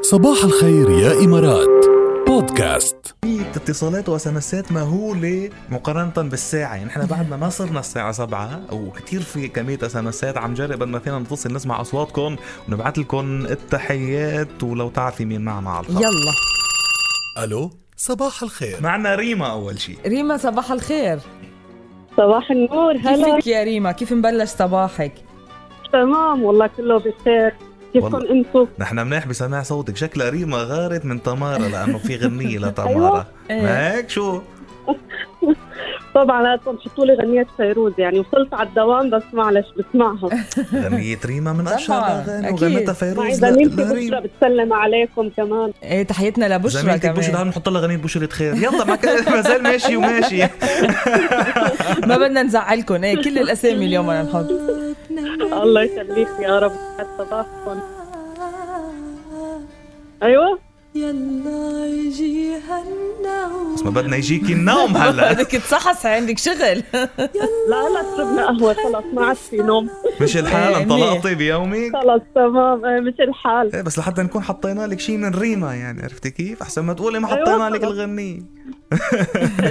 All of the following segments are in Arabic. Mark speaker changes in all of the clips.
Speaker 1: صباح الخير يا إمارات بودكاست
Speaker 2: في اتصالات واسمسات مهوله مقارنه بالساعه يعني احنا بعدنا ما صرنا الساعه 7 وكثير في كميه اسمسات عم جرب قد ما فينا نتصل نسمع اصواتكم ونبعث لكم التحيات ولو تعرفي مين معنا مع الخط
Speaker 3: يلا
Speaker 1: ألو صباح الخير
Speaker 2: معنا ريما اول شيء
Speaker 3: ريما صباح الخير
Speaker 4: صباح النور هلا
Speaker 3: كيفك يا ريما كيف مبلش صباحك
Speaker 4: تمام والله كله بخير كيفكم
Speaker 2: والله.
Speaker 4: انتم
Speaker 2: نحن منيح بسماع صوتك شكلها ريما غارت من تمارا لانه في غنيه
Speaker 4: أيوة.
Speaker 2: لتمارا
Speaker 3: إيه،
Speaker 2: ما هيك شو
Speaker 4: طبعا هاد شفتوا لي غنية فيروز يعني وصلت على الدوام بس معلش بسمعها
Speaker 2: غنيه ريما من اشهر
Speaker 3: طبعاً،
Speaker 2: الاغاني
Speaker 3: أكيد.
Speaker 2: وغنتها
Speaker 4: معي
Speaker 2: فيروز
Speaker 4: زميلتي
Speaker 2: ل- لريما.
Speaker 4: بشرى بتسلم عليكم كمان
Speaker 3: ايه تحيتنا لبشرى
Speaker 2: زميلتك بشرى
Speaker 3: كمان
Speaker 2: نحط لها غنيه بشرى خير يلا ما كان- ما زال ماشي وماشي
Speaker 3: ما بدنا نزعلكم ايه كل الاسامي اليوم بدنا نحط
Speaker 4: الله يخليك يا رب يسعد صباحكم ايوه
Speaker 5: يلا يجي هالنوم
Speaker 2: بس ما بدنا يجيكي النوم هلا
Speaker 3: بدك تصحصح عندك شغل
Speaker 4: لا لا شربنا قهوة خلص ما عاد في نوم
Speaker 2: مش الحال
Speaker 3: إيه،
Speaker 2: انطلقتي بيومك
Speaker 4: خلص تمام إيه، مش الحال
Speaker 2: ايه بس لحتى نكون حطينا لك شيء من ريما يعني عرفتي كيف؟ احسن ما تقولي ما حطينا
Speaker 4: أيوة
Speaker 2: لك
Speaker 4: خلص.
Speaker 2: الغنية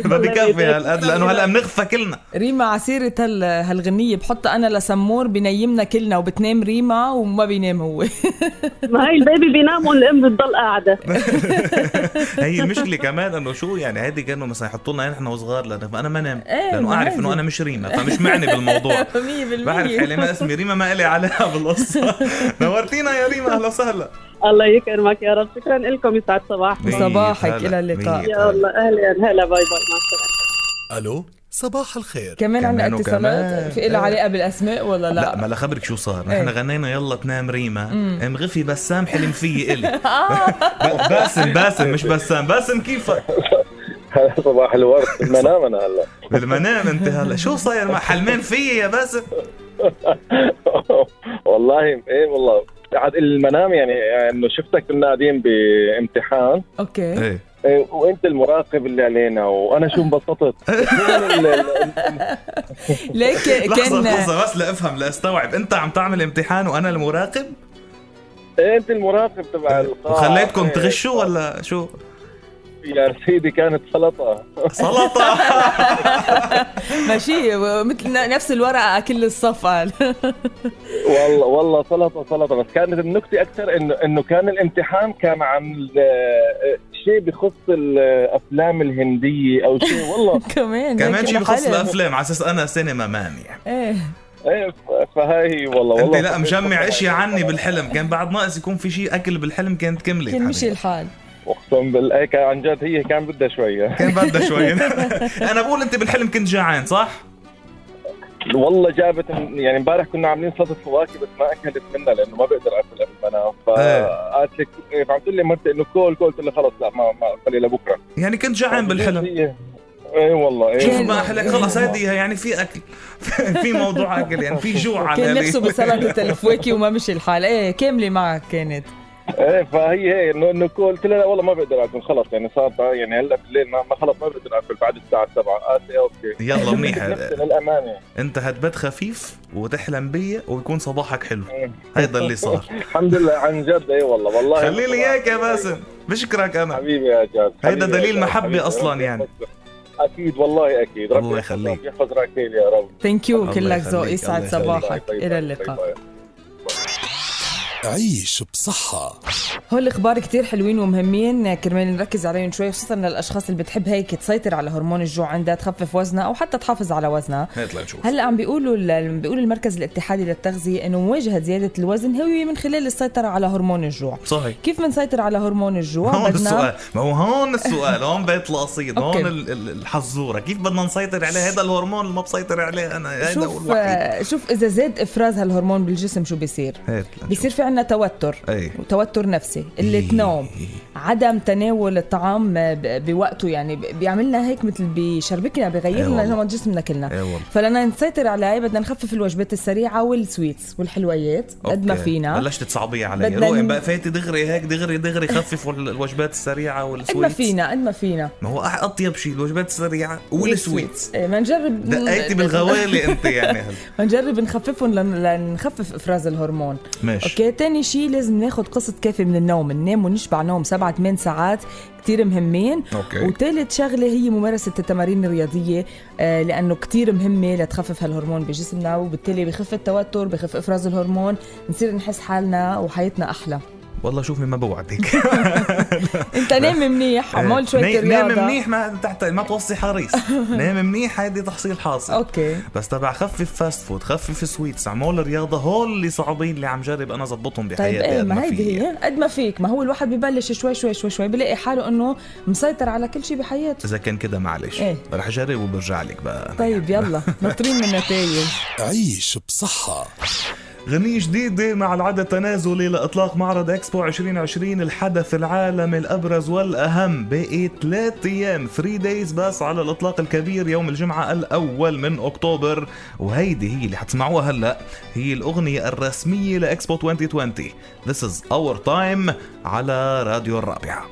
Speaker 2: ما بكفي هالقد لانه هلا بنخفى كلنا
Speaker 3: ريما عسيرة هال... هالغنية بحطها أنا لسمور بنيمنا كلنا وبتنام ريما وما بينام هو
Speaker 4: ما هي البيبي بينام والام بتضل قاعدة
Speaker 2: هي المشكلة كمان انه شو يعني هيدي كانوا مثلا يحطوا لنا نحن وصغار لانه فانا ما نام
Speaker 3: إيه،
Speaker 2: لانه
Speaker 3: ما
Speaker 2: اعرف
Speaker 3: هيدي.
Speaker 2: انه انا مش ريما فمش معني بالموضوع
Speaker 3: 100%
Speaker 2: بعرف حالي ما اسمي ريما ما إلي علاقة بالقصة نورتينا يا ريما اهلا وسهلا
Speaker 4: الله يكرمك يا رب شكرا لكم يسعد صباحكم
Speaker 3: صباحك،
Speaker 2: مية
Speaker 3: إلى
Speaker 2: هلا،
Speaker 3: اللقاء.
Speaker 2: مية
Speaker 4: يا
Speaker 2: هلا.
Speaker 4: الله اهلا هلا باي باي مع السلامة
Speaker 1: ألو صباح الخير
Speaker 3: كمان
Speaker 2: كمان
Speaker 3: عندنا
Speaker 2: وكمان.
Speaker 3: اتصالات في لها علاقة بالأسماء ولا
Speaker 2: لا
Speaker 3: لا؟
Speaker 2: ما لخبرك شو صار نحن
Speaker 3: إيه.
Speaker 2: غنينا يلا تنام ريما ام غفي بسام حلم فيي الي
Speaker 3: آه.
Speaker 2: باسم باسم مش بسام باسم كيفك
Speaker 6: هلا صباح الورد المنام انا هلا
Speaker 2: بالمنام انت هلا شو صاير مع حلمان فيي يا باسم
Speaker 6: والله ايه والله عاد المنام يعني انه شفتك كنا قاعدين بامتحان
Speaker 3: أوكي
Speaker 2: ايه
Speaker 6: إيه، وانت المراقب اللي علينا وانا شو انبسطت شلون ال- ال-
Speaker 3: ليك
Speaker 2: لحظة
Speaker 3: كان
Speaker 2: لحظة بس لافهم لاستوعب انت عم تعمل امتحان وانا المراقب
Speaker 6: إيه، انت المراقب تبع القاعه
Speaker 2: وخليتكم
Speaker 6: إيه،
Speaker 2: تغشوا ولا شو؟
Speaker 6: يا سيدي كانت سلطه
Speaker 2: سلطة
Speaker 3: ماشي مثل نفس الورقة كل الصف قال
Speaker 6: والله والله سلطه سلطه بس كانت النكته اكثر انه انه كان الامتحان كان عن ال- شيء بخص الافلام الهنديه او شيء والله
Speaker 3: كمان يعني
Speaker 2: كمان
Speaker 3: ليك
Speaker 2: شيء بخص
Speaker 3: لحالهم.
Speaker 2: الافلام على اساس انا سينما مان يعني
Speaker 3: ايه
Speaker 6: ايه ف- فهاي والله يعني.
Speaker 2: انت
Speaker 6: والله
Speaker 2: لا مجمع اشياء عني بالحلم كان بعد ناقص يكون في شيء اكل بالحلم كانت كملت
Speaker 3: كان مشي
Speaker 2: حبيبي.
Speaker 3: الحال
Speaker 6: اقسم بالله كان عن جد هي كان بدها شويه
Speaker 2: كان بدها شوي انا بقول انت بالحلم كنت جعان صح؟
Speaker 6: والله جابت يعني امبارح كنا عاملين سلطه فواكه بس ما اكلت منها لانه ما بقدر اكلها بالمنام
Speaker 2: إيه.
Speaker 6: فقالت لي فعم تقول لي مرتي انه كول كول قلت لها خلص لا ما ما خلي لبكره
Speaker 2: يعني كنت جعان بالحلم
Speaker 6: هي- ايه والله
Speaker 2: شوف
Speaker 6: ايه
Speaker 3: كان-
Speaker 2: ما احلك خلص هذه يعني في اكل في موضوع اكل يعني في جوع على
Speaker 3: كان
Speaker 2: القليل.
Speaker 3: نفسه بسلطة الفواكه وما مشي الحال ايه كاملة معك كانت
Speaker 6: ايه فهي هي انه انه كول قلت لها لا والله ما بقدر اكل خلص يعني صار بقى يعني هلا بالليل ما ما خلص ما بقدر اكل بعد الساعه 7 قالت لي اوكي
Speaker 2: يلا منيح
Speaker 6: نفسي للامانه
Speaker 2: انت هتبات خفيف وتحلم بي ويكون صباحك حلو هيدا اللي صار
Speaker 6: الحمد لله عن جد ايه والله والله
Speaker 2: خلي لي اياك يا باسم بشكرك انا
Speaker 6: حبيبي يا جاد
Speaker 2: هيدا
Speaker 6: حبيبي يا
Speaker 2: دليل
Speaker 6: جاد.
Speaker 2: محبة
Speaker 6: حبيبي.
Speaker 2: أصلاً
Speaker 6: ربي
Speaker 2: يعني.
Speaker 6: يحفظك. اكيد والله اكيد
Speaker 2: الله
Speaker 6: يحفظك،
Speaker 2: يخليك.
Speaker 6: ربي يحفظ راكيل يا رب
Speaker 3: ثانك يو
Speaker 2: الله
Speaker 3: كلك
Speaker 2: يخليك،
Speaker 3: ذوق يسعد
Speaker 2: الله يخليك. طيب،
Speaker 3: صباحك
Speaker 6: باي باي
Speaker 3: الى
Speaker 6: باي
Speaker 3: اللقاء
Speaker 6: باي.
Speaker 1: عيش بصحة
Speaker 3: هول الاخبار كتير حلوين ومهمين كرمال نركز عليهم شوي خصوصا للاشخاص اللي بتحب هيك تسيطر على هرمون الجوع عندها تخفف وزنها او حتى تحافظ على وزنها
Speaker 2: هات لنشوف
Speaker 3: هلا عم بيقولوا ال- بيقول المركز الاتحادي للتغذيه انه مواجهه زياده الوزن هو من خلال السيطره على هرمون الجوع
Speaker 2: صحيح
Speaker 3: كيف بنسيطر على هرمون الجوع
Speaker 2: هون السؤال ما هو هون السؤال هون بيت القصيد
Speaker 3: أوكي.
Speaker 2: هون ال- ال- الحزوره كيف بدنا نسيطر عليه هذا الهرمون اللي ما بسيطر عليه انا هذا هو
Speaker 3: شوف آه،
Speaker 2: الوحيد
Speaker 3: شوف اذا زاد افراز هالهرمون بالجسم شو بيصير
Speaker 2: هات لنشوف.
Speaker 3: بيصير في عنا توتر
Speaker 2: ايه
Speaker 3: وتوتر نفسي قله نوم عدم تناول الطعام آه، ب- بوقته يعني ب- بيعملنا هيك مثل بيشربكنا
Speaker 2: إيه
Speaker 3: بيغير
Speaker 2: والله.
Speaker 3: لنا نمط جسمنا كلنا
Speaker 2: ايه والله
Speaker 3: فلنا نسيطر عليه بدنا نخفف الوجبات السريعه والسويتس والحلويات قد ما
Speaker 2: أوكي.
Speaker 3: فينا
Speaker 2: بلشت تصعبي علي
Speaker 3: بدنا
Speaker 2: روقي
Speaker 3: ن-
Speaker 2: بقى فاتي دغري هيك دغري دغري خففوا ال- الوجبات السريعه
Speaker 3: قد ما
Speaker 2: والسويتس
Speaker 3: فينا قد ما فينا
Speaker 2: ما هو أح- اطيب شيء الوجبات السريعه والسويتس
Speaker 3: إيه، ما نجرب
Speaker 2: دقيتي بالغوالي انت يعني هلا
Speaker 3: ما نجرب نخففهم لن- لنخفف افراز الهرمون
Speaker 2: ماشي
Speaker 3: اوكي تاني شيء لازم ناخد قسط كافي من النوم ننام ونشبع نوم سبعة 8 ساعات كتير مهمين
Speaker 2: اوكي
Speaker 3: وثالث شغلة هي ممارسة التمارين الرياضية آه، لأنه كتير مهمة لتخفف هالهرمون بجسمنا وبالتالي بخف التوتر بخف إفراز الهرمون نصير نحس حالنا وحياتنا أحلى
Speaker 2: والله شوفي ما بوعدك
Speaker 3: أنت نام منيح عمول شوية
Speaker 2: إيه. نايم-
Speaker 3: رياضة
Speaker 2: نام منيح ما تحت ما توصي حريص نام منيح هيدي تحصيل حاصل
Speaker 3: أوكي
Speaker 2: بس تبع خفف فاست فود خفف سويتس اعمل رياضه هول اللي صعبين اللي عم جرب انا ظبطهم
Speaker 3: طيب
Speaker 2: بحياتي
Speaker 3: ايه
Speaker 2: قد
Speaker 3: ما هيدي
Speaker 2: في.
Speaker 3: هي قد ما فيك ما هو الواحد ببلش شوي شوي شوي شوي بلاقي حاله انه مسيطر على كل شيء بحياته
Speaker 2: اذا كان كده معلش
Speaker 3: إيه.
Speaker 2: رح اجرب وبرجع لك بقى
Speaker 3: طيب يلا ناطرين من نتائج
Speaker 1: عيش بصحة
Speaker 2: غنية جديدة مع العد التنازلي لإطلاق معرض إكسبو 2020 الحدث العالمي الأبرز والأهم بقي ثلاث أيام 3 دايز بس على الإطلاق الكبير يوم الجمعة الأول من أكتوبر وهيدي هي اللي حتسمعوها هلأ هي الأغنية الرسمية لإكسبو 2020 This is our time على راديو الرابعة